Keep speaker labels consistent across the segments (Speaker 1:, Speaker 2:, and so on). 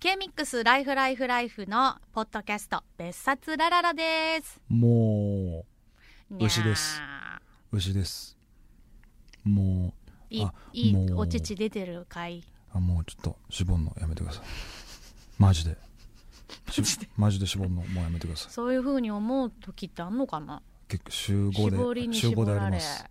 Speaker 1: K ミックスライフライフライフのポッドキャスト別冊ラララです。
Speaker 2: も
Speaker 1: にゃー
Speaker 2: 牛ですう牛ですもう
Speaker 1: いい
Speaker 2: あ
Speaker 1: いい
Speaker 2: もう
Speaker 1: お乳出てるかい。
Speaker 2: あもうちょっとしぼんのやめてくださいマ ジでしマジでしぼんのもうやめてください
Speaker 1: そういう風に思う時ってあんのかな。
Speaker 2: 結構週
Speaker 1: 絞り
Speaker 2: 5で
Speaker 1: に
Speaker 2: 週
Speaker 1: 絞
Speaker 2: 5であ
Speaker 1: ら
Speaker 2: り
Speaker 1: れ
Speaker 2: ま。す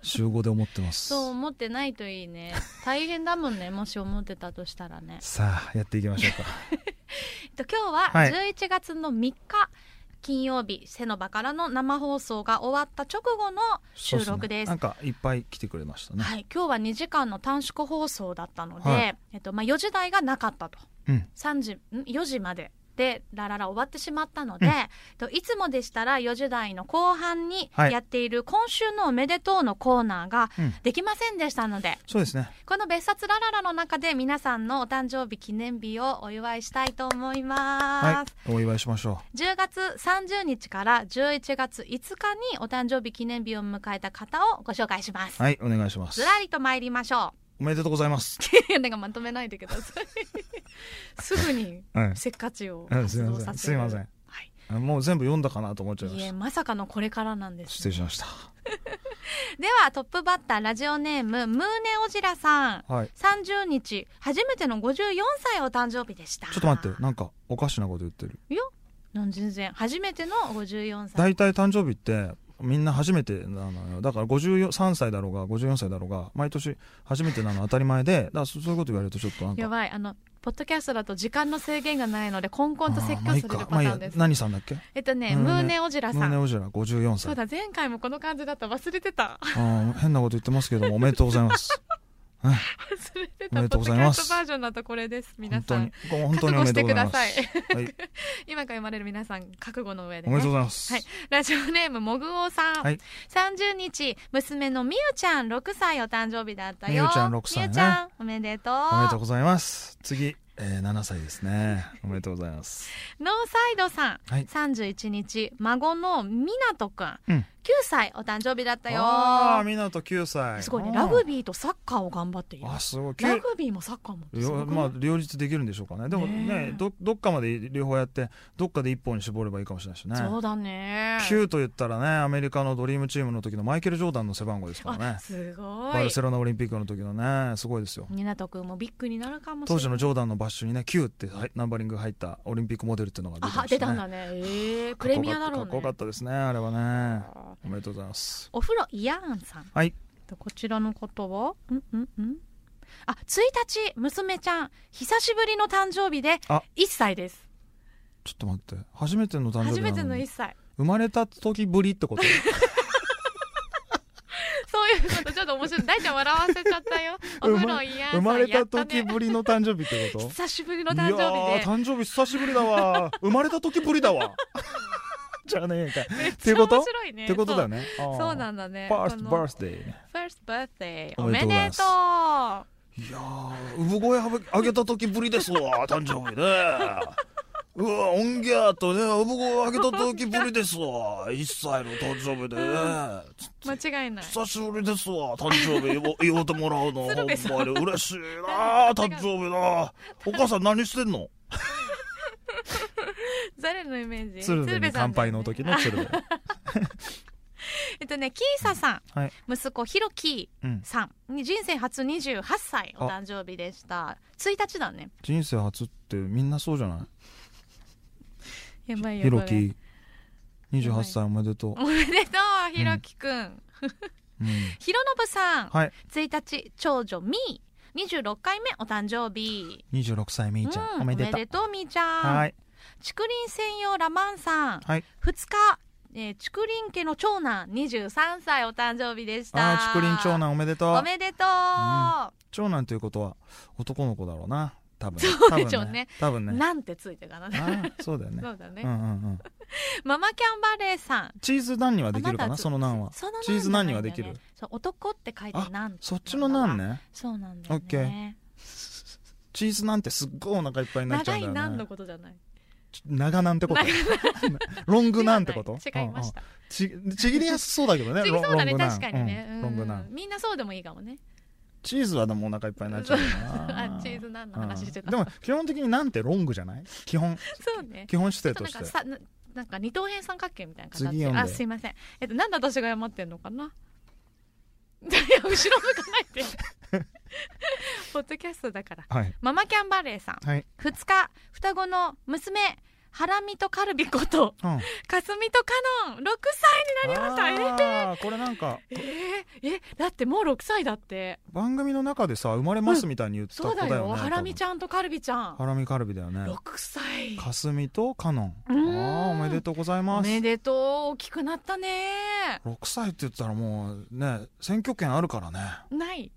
Speaker 2: 週5で思ってます
Speaker 1: そう思ってないといい ね。大変だもんね。もし思ってたとしたらね。
Speaker 2: さあやっていき ましょうか
Speaker 1: えっと今日は
Speaker 2: はい
Speaker 1: 11月の3日、金曜日セノバからの生放送が終わった直後の収
Speaker 2: そうっ
Speaker 1: 録
Speaker 2: ね
Speaker 1: です
Speaker 2: なんかいっぱい来てくれましたね、
Speaker 1: はい、今日は2時間の短縮放送だったので、
Speaker 2: は
Speaker 1: えっとまあ、4時台がなかったと
Speaker 2: うん
Speaker 1: 3時ん4時まででラララ終わってしまったので、えっといつもでしたら4時台の後半に
Speaker 2: はい
Speaker 1: やっている今週のおめでとうのコーナーが
Speaker 2: うん
Speaker 1: できませんでしたので、
Speaker 2: そうですね
Speaker 1: この別冊ラララの中で皆さんのお誕生日記念日をお祝いしたいと思います。
Speaker 2: はいお祝いしましょ
Speaker 1: 10月30日から11月5日にお誕生日記念日を迎えた方をご紹介します。
Speaker 2: うはいお願いします
Speaker 1: ずらりと参りまし ょ
Speaker 2: おめでとうございます
Speaker 1: う。なんかまとめないでくだ さい。すぐに
Speaker 2: はい
Speaker 1: せっかちを
Speaker 2: うんすい
Speaker 1: 発動
Speaker 2: ませ
Speaker 1: さ
Speaker 2: ん
Speaker 1: せ
Speaker 2: すい
Speaker 1: る。
Speaker 2: ません
Speaker 1: はい。
Speaker 2: あもう全部読んだかなと思っちゃいま
Speaker 1: い
Speaker 2: し
Speaker 1: え、
Speaker 2: た
Speaker 1: まさかのこれからなんです
Speaker 2: 失
Speaker 1: ね、
Speaker 2: 礼しまし
Speaker 1: では、トップバッターラジオネーム、ムーネオジラさん。
Speaker 2: たはい
Speaker 1: 30日、初めての54歳お誕生日でした。
Speaker 2: ちょっと待ってなんかおかしなこと言ってる
Speaker 1: なん全然、初めての54歳。
Speaker 2: 大体誕生日ってみんな初めてなのよだから53歳だろうが54歳だろうが毎年初めてなの当たり前でだからそそういうこと言われるとちょっとなん
Speaker 1: や
Speaker 2: か
Speaker 1: ばい、あの、ポッドキャストだと時間の制限がないので、コンコンと説
Speaker 2: あーま
Speaker 1: 教
Speaker 2: あ
Speaker 1: す
Speaker 2: いい
Speaker 1: るパ
Speaker 2: か
Speaker 1: タ
Speaker 2: まあいい
Speaker 1: ー
Speaker 2: や
Speaker 1: ンです。
Speaker 2: 何さんだっけ
Speaker 1: えっとね、
Speaker 2: ムー
Speaker 1: ム
Speaker 2: ネ
Speaker 1: ーネオジラ
Speaker 2: ム
Speaker 1: さ
Speaker 2: ーネ
Speaker 1: ん。
Speaker 2: オジェラ54
Speaker 1: そうだ、
Speaker 2: 歳
Speaker 1: 前回もこの感じだった。忘れてた。
Speaker 2: あー変なこと言ってますけどもおめでとうございます
Speaker 1: 忘れて
Speaker 2: おめ
Speaker 1: た。
Speaker 2: で
Speaker 1: ポ
Speaker 2: とう
Speaker 1: ッド
Speaker 2: ご
Speaker 1: キ
Speaker 2: ざい
Speaker 1: ャ
Speaker 2: ま
Speaker 1: ス
Speaker 2: す
Speaker 1: トバージョンだとこれです。 皆さ
Speaker 2: 本当に
Speaker 1: ん。
Speaker 2: 本当におめでとうございます
Speaker 1: 覚悟し
Speaker 2: はい、
Speaker 1: 今から生まれる皆さん、覚悟の上で
Speaker 2: おめでとう
Speaker 1: ね。
Speaker 2: ございます、
Speaker 1: はいラジオネーム、もぐおさん。
Speaker 2: はい
Speaker 1: 30日、娘のみゆちゃん6歳お誕生日だったよ。
Speaker 2: みゆちゃん6歳ね
Speaker 1: みゆちゃん、おめでとう。
Speaker 2: おめでとうございます次、えー、7歳ですねおめでとうございます
Speaker 1: ノーサイドさん、
Speaker 2: はい
Speaker 1: 31日孫のみなとくん、
Speaker 2: うん
Speaker 1: 9歳お誕生日だったよ
Speaker 2: ああみなと9歳
Speaker 1: すごいね
Speaker 2: あー
Speaker 1: ラグビーとサッカーを頑張っている
Speaker 2: あすごい
Speaker 1: ラ
Speaker 2: 9
Speaker 1: グビーもサッカーもすご
Speaker 2: よ
Speaker 1: くない
Speaker 2: まあ両立できるんでしょうかねでも
Speaker 1: ねえ
Speaker 2: ねどどっかまで両方やってどっかで一本に絞ればいいかもしれないしね
Speaker 1: そうだね
Speaker 2: 9と言ったらねアメリカのドリームチームの時のマイケル・ジョーダンの背番号ですから
Speaker 1: あ
Speaker 2: ね
Speaker 1: すご
Speaker 2: バ
Speaker 1: い
Speaker 2: ルセロナオリンピックの時のねすごいですよ
Speaker 1: みなとくんもビッグになるかもしれ
Speaker 2: 当
Speaker 1: ない
Speaker 2: 時のジョーダンのバッシュにね9ってはいナンバリングが入ったオリンピックモデルっていうのが出てました、
Speaker 1: あ
Speaker 2: ね、
Speaker 1: 出たんだねえー、プレミアだろう
Speaker 2: かっこ
Speaker 1: ね
Speaker 2: よかったですねあれはね
Speaker 1: あー
Speaker 2: おめでとうございます
Speaker 1: お風呂イヤーンさん
Speaker 2: はい
Speaker 1: とこちらのことはうんうんうんあ1日娘ちゃん久しぶりの誕生日で
Speaker 2: あ
Speaker 1: 1歳です
Speaker 2: ちょっと待って初めての誕生
Speaker 1: 初
Speaker 2: 日な
Speaker 1: めて
Speaker 2: の
Speaker 1: の1
Speaker 2: に
Speaker 1: 歳
Speaker 2: 生まれた時ぶりってこと
Speaker 1: そういうことちょっと面白い大ちゃん笑わせちゃったよお風呂いや
Speaker 2: 生まれた時
Speaker 1: ね、
Speaker 2: ぶりの誕生日ってこと
Speaker 1: 久しぶりの誕生
Speaker 2: いやー
Speaker 1: 日
Speaker 2: 誕生日久しぶり だわ生まれた時ぶりだわじゃあねえかっ
Speaker 1: でめっち
Speaker 2: てい
Speaker 1: ゃ
Speaker 2: うこと
Speaker 1: 面白いね
Speaker 2: てことだよね
Speaker 1: そうそう
Speaker 2: だ
Speaker 1: なんだね
Speaker 2: ファース
Speaker 1: こ
Speaker 2: ト
Speaker 1: の
Speaker 2: バースデーね
Speaker 1: First birthday お
Speaker 2: お
Speaker 1: め
Speaker 2: めでとうござい
Speaker 1: で
Speaker 2: ます
Speaker 1: とう
Speaker 2: いやー産声あげた時ぶりです わ誕生日ねうわおんぎゃーとね産声あげた時ぶりですわ1歳の誕生日でねつ
Speaker 1: 間違いない
Speaker 2: 久しぶりですわ誕生日言お言おうてもらうのほん
Speaker 1: 鶴瓶さん
Speaker 2: まに嬉しい なー誕生日なお母さん何してんの
Speaker 1: 誰のイメージさん
Speaker 2: 乾
Speaker 1: だよね
Speaker 2: 杯の時の鶴瓶
Speaker 1: えっとねキーサさん、
Speaker 2: はい
Speaker 1: 息子ひろき
Speaker 2: うん
Speaker 1: さんに人生初28歳お誕生日でした1日だね
Speaker 2: 人生初ってみんなそうじゃない
Speaker 1: やばい
Speaker 2: ひ
Speaker 1: や
Speaker 2: ろ
Speaker 1: ばい
Speaker 2: き28歳おめでとう、
Speaker 1: おめでとうひろきくん
Speaker 2: うん
Speaker 1: ひろのぶさん
Speaker 2: はい
Speaker 1: 1日長女みー26回目お誕生日
Speaker 2: 26歳みーちゃん、
Speaker 1: うん
Speaker 2: おめで
Speaker 1: お
Speaker 2: と
Speaker 1: め
Speaker 2: う
Speaker 1: でとうみーちゃ
Speaker 2: は
Speaker 1: ん
Speaker 2: い
Speaker 1: 竹林専用ラマンさん
Speaker 2: はい
Speaker 1: 2日、えー、竹林家の長男23歳お誕生日でした
Speaker 2: あー竹林長男おめでとう
Speaker 1: おめでとう、
Speaker 2: 長男ということは男の子だろうな多分
Speaker 1: そうでしょうね
Speaker 2: 多分ね
Speaker 1: なんてついてるかな、
Speaker 2: 多分ねあーそうだよね
Speaker 1: そうだね、
Speaker 2: うんうんうん
Speaker 1: ママキャンバレーさん
Speaker 2: チーズナンにはできるか
Speaker 1: あまだ
Speaker 2: なそのナンは
Speaker 1: その
Speaker 2: チーズナンに
Speaker 1: な
Speaker 2: は
Speaker 1: ん
Speaker 2: で
Speaker 1: だ
Speaker 2: き
Speaker 1: よね
Speaker 2: る
Speaker 1: そう男って書いてなんって
Speaker 2: そっちのナンね
Speaker 1: そうなんだよね
Speaker 2: オッケーチーズナンってすっごいお腹いっぱいになっちゃ
Speaker 1: 長
Speaker 2: うんだ
Speaker 1: いナ
Speaker 2: よね
Speaker 1: ンのことじゃない
Speaker 2: ち長ナンってこと ロングナンってこと
Speaker 1: では ない違いまし
Speaker 2: うんうん
Speaker 1: た
Speaker 2: ちちぎりやすそうだけどね
Speaker 1: 次そうだね
Speaker 2: ロングナン
Speaker 1: 確かにね、
Speaker 2: う
Speaker 1: うんん
Speaker 2: ロングナン
Speaker 1: みんなそうでもいいかもね
Speaker 2: チーズはでもお腹いっぱいになっちゃうか な
Speaker 1: あチーズ何の話してた、
Speaker 2: うんでも基本的になんてロングじゃない基 本
Speaker 1: そうね
Speaker 2: 基本姿
Speaker 1: ち
Speaker 2: 勢
Speaker 1: ょっ
Speaker 2: と
Speaker 1: と
Speaker 2: し
Speaker 1: なんか
Speaker 2: て
Speaker 1: さななんか二等辺三角形みたいな形
Speaker 2: 次読んで
Speaker 1: あすいませんえっとなんで私が謝ってんのかないや後ろ向かないで ポッドキャストだから
Speaker 2: はい
Speaker 1: ママキャンバレーさん
Speaker 2: はい、
Speaker 1: 2日双子の娘ハラミとカルビこと
Speaker 2: うん、あ
Speaker 1: かすみとカノン6歳になりましたえ
Speaker 2: ーこれなんか
Speaker 1: えええだってもう6歳だって
Speaker 2: 番組の中でさ生まれますみたいに言った
Speaker 1: そ
Speaker 2: 子
Speaker 1: うだ
Speaker 2: だよ
Speaker 1: よ
Speaker 2: ね
Speaker 1: ハラミちゃんとカルビちゃ
Speaker 2: ゃ
Speaker 1: ん
Speaker 2: ハラミカルビだよね
Speaker 1: 6歳
Speaker 2: かすみとカノンあ
Speaker 1: うーん
Speaker 2: あおめでとうござい
Speaker 1: お
Speaker 2: ます
Speaker 1: め
Speaker 2: 6
Speaker 1: でとう大きくなったね
Speaker 2: 歳って言ったらもうね選挙権あるからね
Speaker 1: ない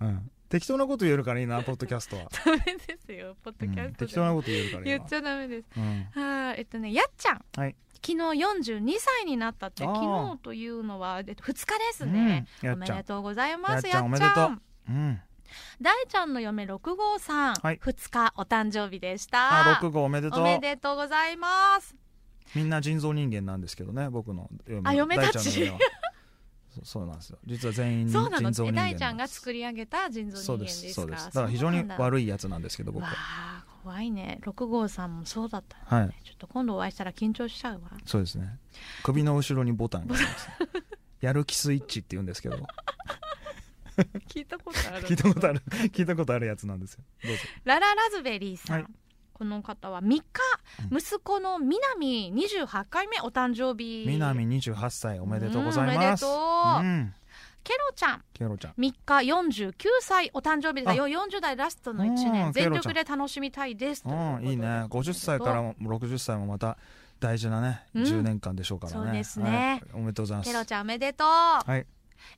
Speaker 2: うん適当なこと言えるからいいなポッドキャス トは、
Speaker 1: ダメですよポッ
Speaker 2: う
Speaker 1: ドキャ
Speaker 2: ん、
Speaker 1: スト
Speaker 2: 適
Speaker 1: で、
Speaker 2: 当なこと言えるからいい
Speaker 1: 言
Speaker 2: な
Speaker 1: っちゃダメです
Speaker 2: うん
Speaker 1: はいえっとねやっちゃん、
Speaker 2: はい
Speaker 1: 昨日42歳になったって
Speaker 2: あ
Speaker 1: 昨
Speaker 2: ー
Speaker 1: 日というのは2日ですね、
Speaker 2: うんや
Speaker 1: お
Speaker 2: っ
Speaker 1: め
Speaker 2: ちゃ
Speaker 1: で
Speaker 2: ん
Speaker 1: とうございます
Speaker 2: や
Speaker 1: や
Speaker 2: っちゃん
Speaker 1: っちゃ
Speaker 2: おめ
Speaker 1: ん
Speaker 2: うん
Speaker 1: 大ちゃんの嫁6号さん、
Speaker 2: はい
Speaker 1: 2日お誕生日でし
Speaker 2: あ
Speaker 1: た
Speaker 2: 六号おめでと
Speaker 1: お
Speaker 2: う
Speaker 1: めでとうございます
Speaker 2: みんな人造人間なんですけどね僕の嫁
Speaker 1: あ嫁たち
Speaker 2: 大ゃんの嫁はそうそうなんですよ実は全員人
Speaker 1: そうなの
Speaker 2: 造人間
Speaker 1: 大ちゃんが作
Speaker 2: り
Speaker 1: り上げた人造
Speaker 2: そう
Speaker 1: 人間
Speaker 2: で
Speaker 1: ですす
Speaker 2: そう
Speaker 1: か
Speaker 2: ですだから非常に
Speaker 1: い
Speaker 2: 悪いやつなんですけど僕
Speaker 1: わ
Speaker 2: は
Speaker 1: あ怖いね6号さんもそうだったね
Speaker 2: はい
Speaker 1: ちょっと今度お会いしたら緊張しちゃうわ
Speaker 2: そうですね首の後ろにボタンがありますね、やる気スイッチって言うんで すけど
Speaker 1: 聞いたことある
Speaker 2: 聞いたことある聞いたことあるやつなんですよどうぞ
Speaker 1: ラララズベリーさん、
Speaker 2: はい
Speaker 1: この方は3日
Speaker 2: うん
Speaker 1: 息子の南28回目お誕生日
Speaker 2: 南28歳おめでとうござ
Speaker 1: う
Speaker 2: い
Speaker 1: んおめで
Speaker 2: ます
Speaker 1: とう
Speaker 2: うん
Speaker 1: ケロちゃん
Speaker 2: ケロちゃん
Speaker 1: 3日49歳お誕生日
Speaker 2: あ
Speaker 1: だよ40代ラストの1
Speaker 2: うん
Speaker 1: 年全
Speaker 2: ケロちゃ
Speaker 1: 力
Speaker 2: ん
Speaker 1: で楽しみたいです
Speaker 2: うんいいね50歳から
Speaker 1: も
Speaker 2: も60歳もまた大事なね、
Speaker 1: うん
Speaker 2: 10年間でしょうからね
Speaker 1: そうですね
Speaker 2: はいおめでとうございます
Speaker 1: ケロちゃんおめでとう、
Speaker 2: はい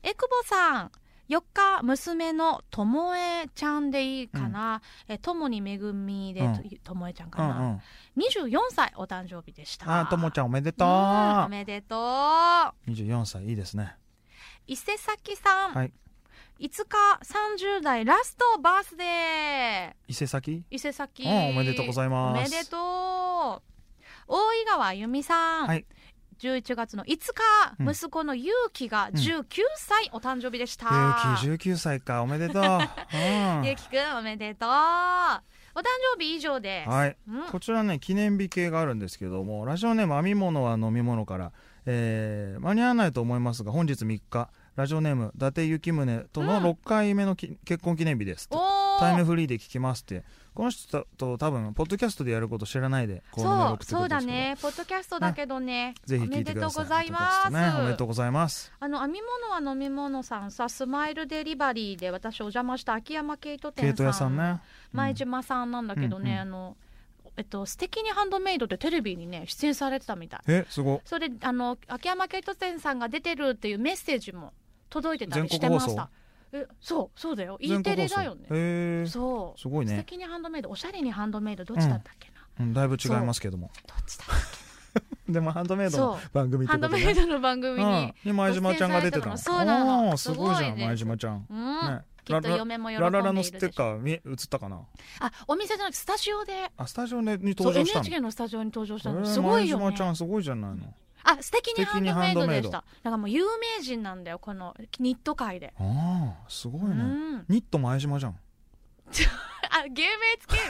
Speaker 1: えくぼさん4日娘のともえちゃんでいいかな、えともにめぐみで
Speaker 2: うん
Speaker 1: ともえちゃんか
Speaker 2: うんう
Speaker 1: な、
Speaker 2: ん、
Speaker 1: 24歳お誕生日でした
Speaker 2: あーともちゃんおめでとう
Speaker 1: うんおめでとう
Speaker 2: 24歳いいですね
Speaker 1: 伊勢崎さん、
Speaker 2: はい
Speaker 1: 5日30代ラストバースデー
Speaker 2: 伊勢崎
Speaker 1: 伊勢崎
Speaker 2: うんおめでとうございます
Speaker 1: おめでとう大井川由美さん、
Speaker 2: はい
Speaker 1: 11月の5日、
Speaker 2: うん
Speaker 1: 息子のゆうきが
Speaker 2: ん
Speaker 1: 19歳お誕生日でした、ゆ
Speaker 2: 勇気19歳かおめで とう、うん、は
Speaker 1: うきくんおめでとうお誕生日以上です、
Speaker 2: い
Speaker 1: うん、
Speaker 2: こちらね記念日系があるんですけどもラジオネーム編み物は飲み物から、えー間に合わないと思いますが本日3日ラジオネーム伊達幸宗との
Speaker 1: うん
Speaker 2: 6回目のき、結婚記念日ですと
Speaker 1: お
Speaker 2: タイム
Speaker 1: ー
Speaker 2: フリーで聞きますってこの人と多分ポッドキャストでやること知らないでこうメール
Speaker 1: そ
Speaker 2: 送
Speaker 1: う
Speaker 2: ってく
Speaker 1: そ
Speaker 2: れ
Speaker 1: う
Speaker 2: た
Speaker 1: だ
Speaker 2: んですけど
Speaker 1: ねポッドキャストだけどね
Speaker 2: ぜひ
Speaker 1: お
Speaker 2: 聞
Speaker 1: め
Speaker 2: いて
Speaker 1: で
Speaker 2: く
Speaker 1: とう
Speaker 2: ださい
Speaker 1: ございます、
Speaker 2: ポッドキャストねおめでとうございます
Speaker 1: あの編み物は飲み物さんさスマイルデリバリーで私お邪魔した秋山ケイト
Speaker 2: ケイ
Speaker 1: 店
Speaker 2: ト
Speaker 1: さん
Speaker 2: 屋さんね
Speaker 1: 前島さんなんだけどね、
Speaker 2: うんうん
Speaker 1: あのえっと素敵にハンドメイドでテレビにね出演されてたみたい
Speaker 2: えすご
Speaker 1: それあの秋山ケイト店さんが出てるっていうメッセージも届いてたりし
Speaker 2: 全
Speaker 1: て
Speaker 2: 国
Speaker 1: ま
Speaker 2: 放
Speaker 1: し
Speaker 2: 送
Speaker 1: たえそうそうだよ E テレだよね
Speaker 2: 全国放送へー
Speaker 1: そう、
Speaker 2: すごい
Speaker 1: 素
Speaker 2: ね、
Speaker 1: 敵にハンドメイドおしゃれにハンドメイドどっちだったっけな、
Speaker 2: うん、だいぶ違いますけども
Speaker 1: どっちだっ
Speaker 2: でもハンドメイ
Speaker 1: け
Speaker 2: ドの
Speaker 1: そ
Speaker 2: 番
Speaker 1: う
Speaker 2: 組って
Speaker 1: ハ
Speaker 2: こ
Speaker 1: ンド
Speaker 2: と
Speaker 1: メイ
Speaker 2: ね
Speaker 1: ドの番組に
Speaker 2: うん、に前島ちゃんが出てたの
Speaker 1: そうなの
Speaker 2: あーすごいじゃ
Speaker 1: すごい
Speaker 2: ん
Speaker 1: です
Speaker 2: 前島ちゃうん、
Speaker 1: うん、
Speaker 2: ね
Speaker 1: きっと
Speaker 2: ララ
Speaker 1: 嫁も喜んでい
Speaker 2: ラ
Speaker 1: るでしょ
Speaker 2: ララのステッカー見え映ったかな
Speaker 1: あお店じゃなくてスタジオで
Speaker 2: あスタジオにに
Speaker 1: そう
Speaker 2: 登場したの
Speaker 1: NHK のスタジオに登場した
Speaker 2: え
Speaker 1: の
Speaker 2: ー
Speaker 1: すごいよ
Speaker 2: 前
Speaker 1: ね
Speaker 2: 島ちゃんすごいじゃないの
Speaker 1: あ素敵にハンドメイドで
Speaker 2: 素敵にハンドメ
Speaker 1: し
Speaker 2: イド
Speaker 1: ただからもう有名人なんだよこのニット界で、
Speaker 2: ああすごいうね、
Speaker 1: ん、
Speaker 2: ニット前島じゃん
Speaker 1: あ芸名つ ける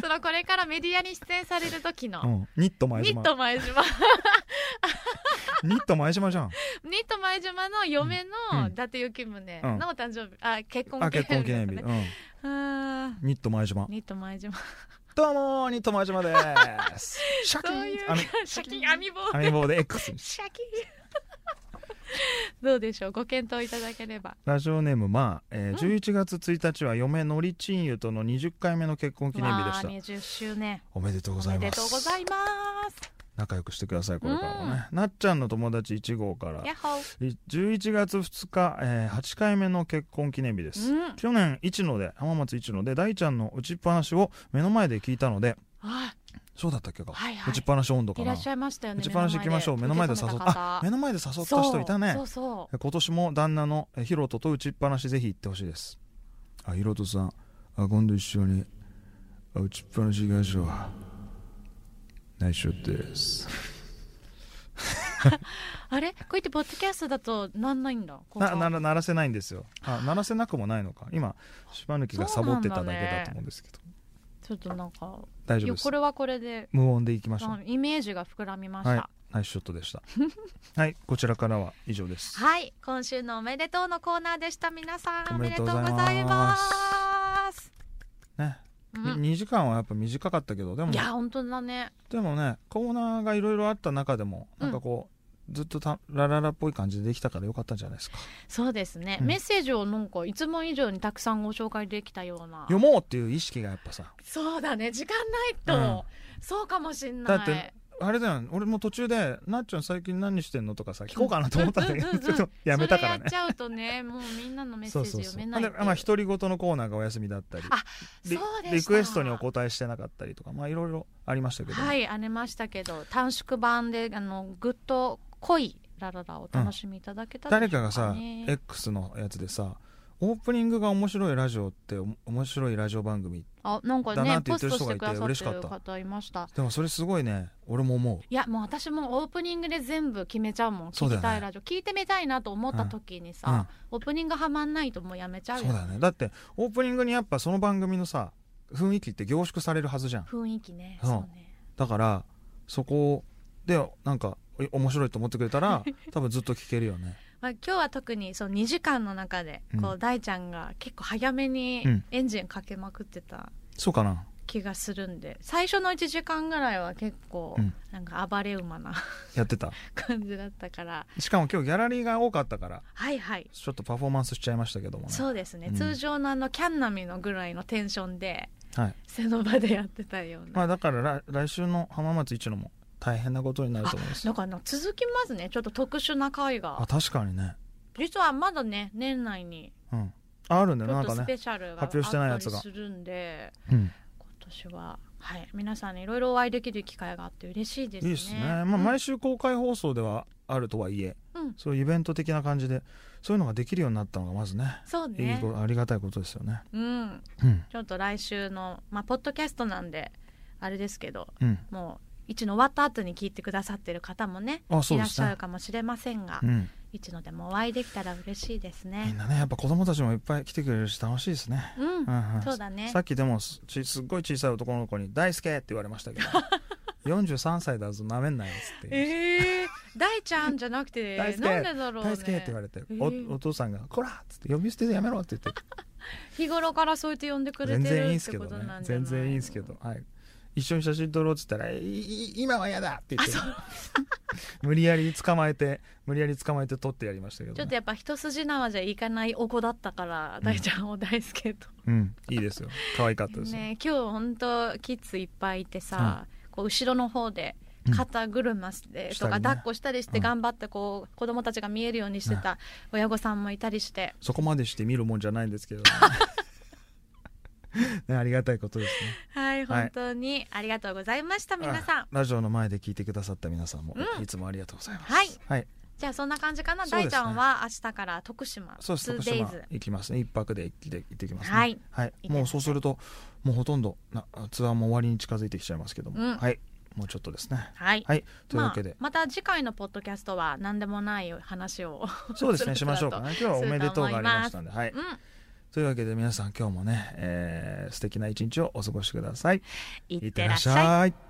Speaker 1: そのこれからメディアに出演される時
Speaker 2: う
Speaker 1: の
Speaker 2: ん、ニット前
Speaker 1: ニッ
Speaker 2: 島
Speaker 1: ト前島
Speaker 2: ニット前島じゃん
Speaker 1: ニット前島の嫁
Speaker 2: うん
Speaker 1: の伊達幸宗
Speaker 2: うん
Speaker 1: のお誕生日あ結婚
Speaker 2: あ
Speaker 1: 記
Speaker 2: 結婚
Speaker 1: 念
Speaker 2: 記
Speaker 1: 日だった
Speaker 2: 念日、
Speaker 1: ね
Speaker 2: うん、
Speaker 1: あ
Speaker 2: ニット前島
Speaker 1: ーニット前島
Speaker 2: どうもーニット前島です シャキ
Speaker 1: そう
Speaker 2: ーン
Speaker 1: いう
Speaker 2: あの
Speaker 1: シャキン網棒
Speaker 2: アミボで X に
Speaker 1: シャキンどうでしょうご検討いただければ
Speaker 2: ラジオネームまあ、えー
Speaker 1: ん
Speaker 2: 11月1日は嫁のりちんゆとの20回目の結婚記念日でした
Speaker 1: わあ20周年
Speaker 2: おめでとうご
Speaker 1: お
Speaker 2: ざい
Speaker 1: めで
Speaker 2: ま
Speaker 1: とうご
Speaker 2: す
Speaker 1: ざいます
Speaker 2: 仲良くしてくださいこれからもね、なっちゃんの友達1号から
Speaker 1: やっほー
Speaker 2: い11月2日、えー8回目の結婚記念日です、
Speaker 1: うん
Speaker 2: 去年一野で浜松一野で大ちゃんの打ちっぱなしを目の前で聞いたので
Speaker 1: あ
Speaker 2: そうだったっけか、
Speaker 1: はいは
Speaker 2: 打ちっぱなし温度
Speaker 1: い。
Speaker 2: か
Speaker 1: いら
Speaker 2: な
Speaker 1: っしゃいましたよね。
Speaker 2: 打ちっぱなし行きましょう目の前で誘っ
Speaker 1: 受け止め
Speaker 2: た
Speaker 1: 方
Speaker 2: 目の前で誘った人いたね
Speaker 1: そうそう
Speaker 2: 今年も旦那のえヒロトと打ちっぱなしぜひ行ってほしいですあヒロトさんあ今度一緒にあ打ちっぱなし行きましょう内緒です
Speaker 1: あれこうやってポッドキャストだとなんないんだここ
Speaker 2: ななら鳴らせないんですよあ鳴らせなくもないのか今柴抜がサボってただけだと思うんですけど、
Speaker 1: ちょっとなんか
Speaker 2: 大
Speaker 1: い
Speaker 2: 丈夫
Speaker 1: や
Speaker 2: です
Speaker 1: これはこれで
Speaker 2: 無音でいきましょう
Speaker 1: イメージが膨らみました
Speaker 2: はい
Speaker 1: は
Speaker 2: ナイスショットでしたはいこちらからは以上です
Speaker 1: い、今週のおめでとうのコーナーでした皆さん
Speaker 2: お
Speaker 1: お
Speaker 2: め
Speaker 1: めで
Speaker 2: でと
Speaker 1: と
Speaker 2: う
Speaker 1: う
Speaker 2: ご
Speaker 1: ご
Speaker 2: ざいます
Speaker 1: ざいます
Speaker 2: ね、
Speaker 1: う
Speaker 2: に
Speaker 1: ん
Speaker 2: 2時間はやっぱ短かったけどでも
Speaker 1: いや本当だね
Speaker 2: でもねコーナーがいろいろあった中でもなんかこう、ずっとたラララっぽい感じでできたからよかったんじゃないですか
Speaker 1: そうですね、
Speaker 2: うん
Speaker 1: メッセージをなんかいつも以上にたくさんご紹介できたような
Speaker 2: 読もうっていう意識がやっぱさ
Speaker 1: そうだね時間ないと、そうかもしんない
Speaker 2: だってあれだよ俺も途中で「なっちゃん最近何してんの?」とかさ聞こうかなと思ったんだけ
Speaker 1: うんうん
Speaker 2: ど
Speaker 1: うん
Speaker 2: ちょっとやめたから
Speaker 1: それ
Speaker 2: ね
Speaker 1: やっちゃうとねもうみんなのメッセ
Speaker 2: そ
Speaker 1: ー
Speaker 2: う
Speaker 1: ジ
Speaker 2: そう
Speaker 1: 読
Speaker 2: そ
Speaker 1: め
Speaker 2: う
Speaker 1: ない
Speaker 2: でまあ独り言のコーナーがお休みだったり
Speaker 1: あ
Speaker 2: リ
Speaker 1: そうでした
Speaker 2: リクエストにお答えしてなかったりとかまあいろいろありましたけど、
Speaker 1: はいありましたけど短縮版であのぐっと濃いラララをお楽しみいただけたでしょ
Speaker 2: 誰
Speaker 1: うね
Speaker 2: かがさ X のやつでさオープニングが面白いラジオっておも面白いラジオ番組
Speaker 1: あなんか
Speaker 2: だなっ
Speaker 1: ね
Speaker 2: て
Speaker 1: ポ
Speaker 2: 言って
Speaker 1: ス
Speaker 2: る
Speaker 1: ト
Speaker 2: 人
Speaker 1: してく
Speaker 2: がいて
Speaker 1: ださって
Speaker 2: 嬉し
Speaker 1: る
Speaker 2: かっ
Speaker 1: 方いました
Speaker 2: でもそれすごいね俺も思う
Speaker 1: いやもう私もオープニングで全部決めちゃうもん
Speaker 2: そう
Speaker 1: 聞き
Speaker 2: だよね
Speaker 1: たいラジオ、聞いてみたいなと思った時にさ、オープニングはまんないともうやめちゃう
Speaker 2: そう
Speaker 1: よ
Speaker 2: だよねだってオープニングにやっぱその番組のさ雰囲気って凝縮されるはずじゃん
Speaker 1: 雰囲気ね、
Speaker 2: うん
Speaker 1: そうね
Speaker 2: だからそこでなんかえ面白いと思ってくれ たら多分ずっと聞けるよね
Speaker 1: まあ、今日は特にその2時間の中でこ
Speaker 2: う
Speaker 1: う大ちゃんが結構早めに
Speaker 2: うん
Speaker 1: エンジンかけまくってた
Speaker 2: そうかな
Speaker 1: 気がするんで最初の1時間ぐらいは結構
Speaker 2: うん
Speaker 1: なんか暴れ馬な
Speaker 2: やってた
Speaker 1: 感じだったから
Speaker 2: しかも今日ギャラリーが多かったから
Speaker 1: はいはい
Speaker 2: ちょっとパフォーマンスしちゃいましたけどもね
Speaker 1: そうですね、
Speaker 2: うん
Speaker 1: 通常のあのキャンナミのぐらいのテンションで
Speaker 2: はい
Speaker 1: 背の場でやってたような、
Speaker 2: まあ、だから来来週の浜松一のも大変なことになると思います
Speaker 1: だからな続きますねちょっと特殊な回
Speaker 2: あ
Speaker 1: が
Speaker 2: 確かにね
Speaker 1: 実はまだね年内に
Speaker 2: うんああるんだ
Speaker 1: ち
Speaker 2: よ
Speaker 1: ょ
Speaker 2: な
Speaker 1: っ
Speaker 2: ん
Speaker 1: と
Speaker 2: か
Speaker 1: ス
Speaker 2: ね
Speaker 1: ペシャルがあっ
Speaker 2: 発表してない
Speaker 1: た
Speaker 2: や
Speaker 1: り
Speaker 2: つが
Speaker 1: するんで
Speaker 2: うん
Speaker 1: 今年は、はい、皆さんにいろいろお会いできる機会があって嬉しいです
Speaker 2: い
Speaker 1: ね。
Speaker 2: いですね、まあ、毎週公開放送ではあるとはいえ、
Speaker 1: うん
Speaker 2: そういうイベント的な感じでそういうのができるようになったのがまずね
Speaker 1: そう
Speaker 2: いい
Speaker 1: ね
Speaker 2: こありがたいことですよね
Speaker 1: うん、
Speaker 2: うん
Speaker 1: ちょっと来週の、まあ、ポッドキャストなんであれですけど
Speaker 2: うん
Speaker 1: もう一の終わった後に聞いてくださってる方もね
Speaker 2: あそ
Speaker 1: いう
Speaker 2: で
Speaker 1: らっし
Speaker 2: す
Speaker 1: ゃ
Speaker 2: ね
Speaker 1: るかもしれませんが、
Speaker 2: うん、
Speaker 1: 一のでもお会いできたら嬉しいです
Speaker 2: みん
Speaker 1: ね。
Speaker 2: なねやっぱ子供たちもいっぱい来てくれるし楽しいですね、
Speaker 1: うん、
Speaker 2: んん
Speaker 1: そうだね
Speaker 2: さっきでもすちすっごい小さい男の子に「大輔!」って言われまし たけど「43歳だぞなめんなよ」っつって言いました
Speaker 1: ええ大ちゃんじゃなくて
Speaker 2: 大
Speaker 1: なん
Speaker 2: 輔
Speaker 1: でだろう
Speaker 2: 大輔って言わ
Speaker 1: ね
Speaker 2: れて、
Speaker 1: えー
Speaker 2: おお父さんが「こら!」っつって「呼び捨てでやめろ」って言って
Speaker 1: 日頃からそうやって呼んでくれ
Speaker 2: 全
Speaker 1: て
Speaker 2: 然いい
Speaker 1: る
Speaker 2: ん
Speaker 1: っ
Speaker 2: す
Speaker 1: て
Speaker 2: けど
Speaker 1: こと
Speaker 2: ね
Speaker 1: なんじゃない
Speaker 2: 全然いいんすけど、はい、一緒に写真撮ろうっつったら「いい今は嫌だ」って言って無理やり捕まえて無理やり捕まえて撮ってやりましたけど、ね、
Speaker 1: ちょっとやっぱ一筋縄じゃいかないお子だったから、
Speaker 2: ん
Speaker 1: 大ちゃんを大輔と。
Speaker 2: うんいいですよ可愛かったですよ、
Speaker 1: ね今日本当キッズいっぱいいてさ、こう後ろの方で
Speaker 2: うん
Speaker 1: 肩車して
Speaker 2: した
Speaker 1: と
Speaker 2: り
Speaker 1: か
Speaker 2: ね
Speaker 1: 抱っこしたりし
Speaker 2: う
Speaker 1: て
Speaker 2: ん
Speaker 1: 頑張ってこう子供たちが見えるようにしてた親御さんもいたりして
Speaker 2: そこまでして見るもんじゃないんですけ どねねありがたいことですね
Speaker 1: はい
Speaker 2: はい
Speaker 1: 本当にありがとうございました皆さん
Speaker 2: あラジオの前で聞いてくださった皆さんも、いつもありがとうございます
Speaker 1: はい
Speaker 2: はい、
Speaker 1: じゃあそんな感じかな、
Speaker 2: そうです
Speaker 1: 大
Speaker 2: ね
Speaker 1: ちゃんは明日から徳島
Speaker 2: そうです徳
Speaker 1: 2days
Speaker 2: 島行きますね一泊で行って行ってきますね
Speaker 1: はい、て
Speaker 2: もうそうするともうほとんどなツアーも終わりに近づいてきちゃいますけども、
Speaker 1: うん
Speaker 2: はいもうちょっとですね
Speaker 1: はい、
Speaker 2: はいというわけで、
Speaker 1: まあ、また次回のポッドキャストは何でもない話を
Speaker 2: そ うですね
Speaker 1: す
Speaker 2: し
Speaker 1: ると
Speaker 2: ま
Speaker 1: だ
Speaker 2: し
Speaker 1: と
Speaker 2: ょうかね今日はおめでとうがありましたんではい
Speaker 1: うん
Speaker 2: というわけで皆さん今日もね、えー素敵な一日をお過ごしください
Speaker 1: いっ
Speaker 2: いってて
Speaker 1: ら
Speaker 2: ら
Speaker 1: っ
Speaker 2: っ
Speaker 1: し
Speaker 2: し
Speaker 1: ゃい
Speaker 2: ゃい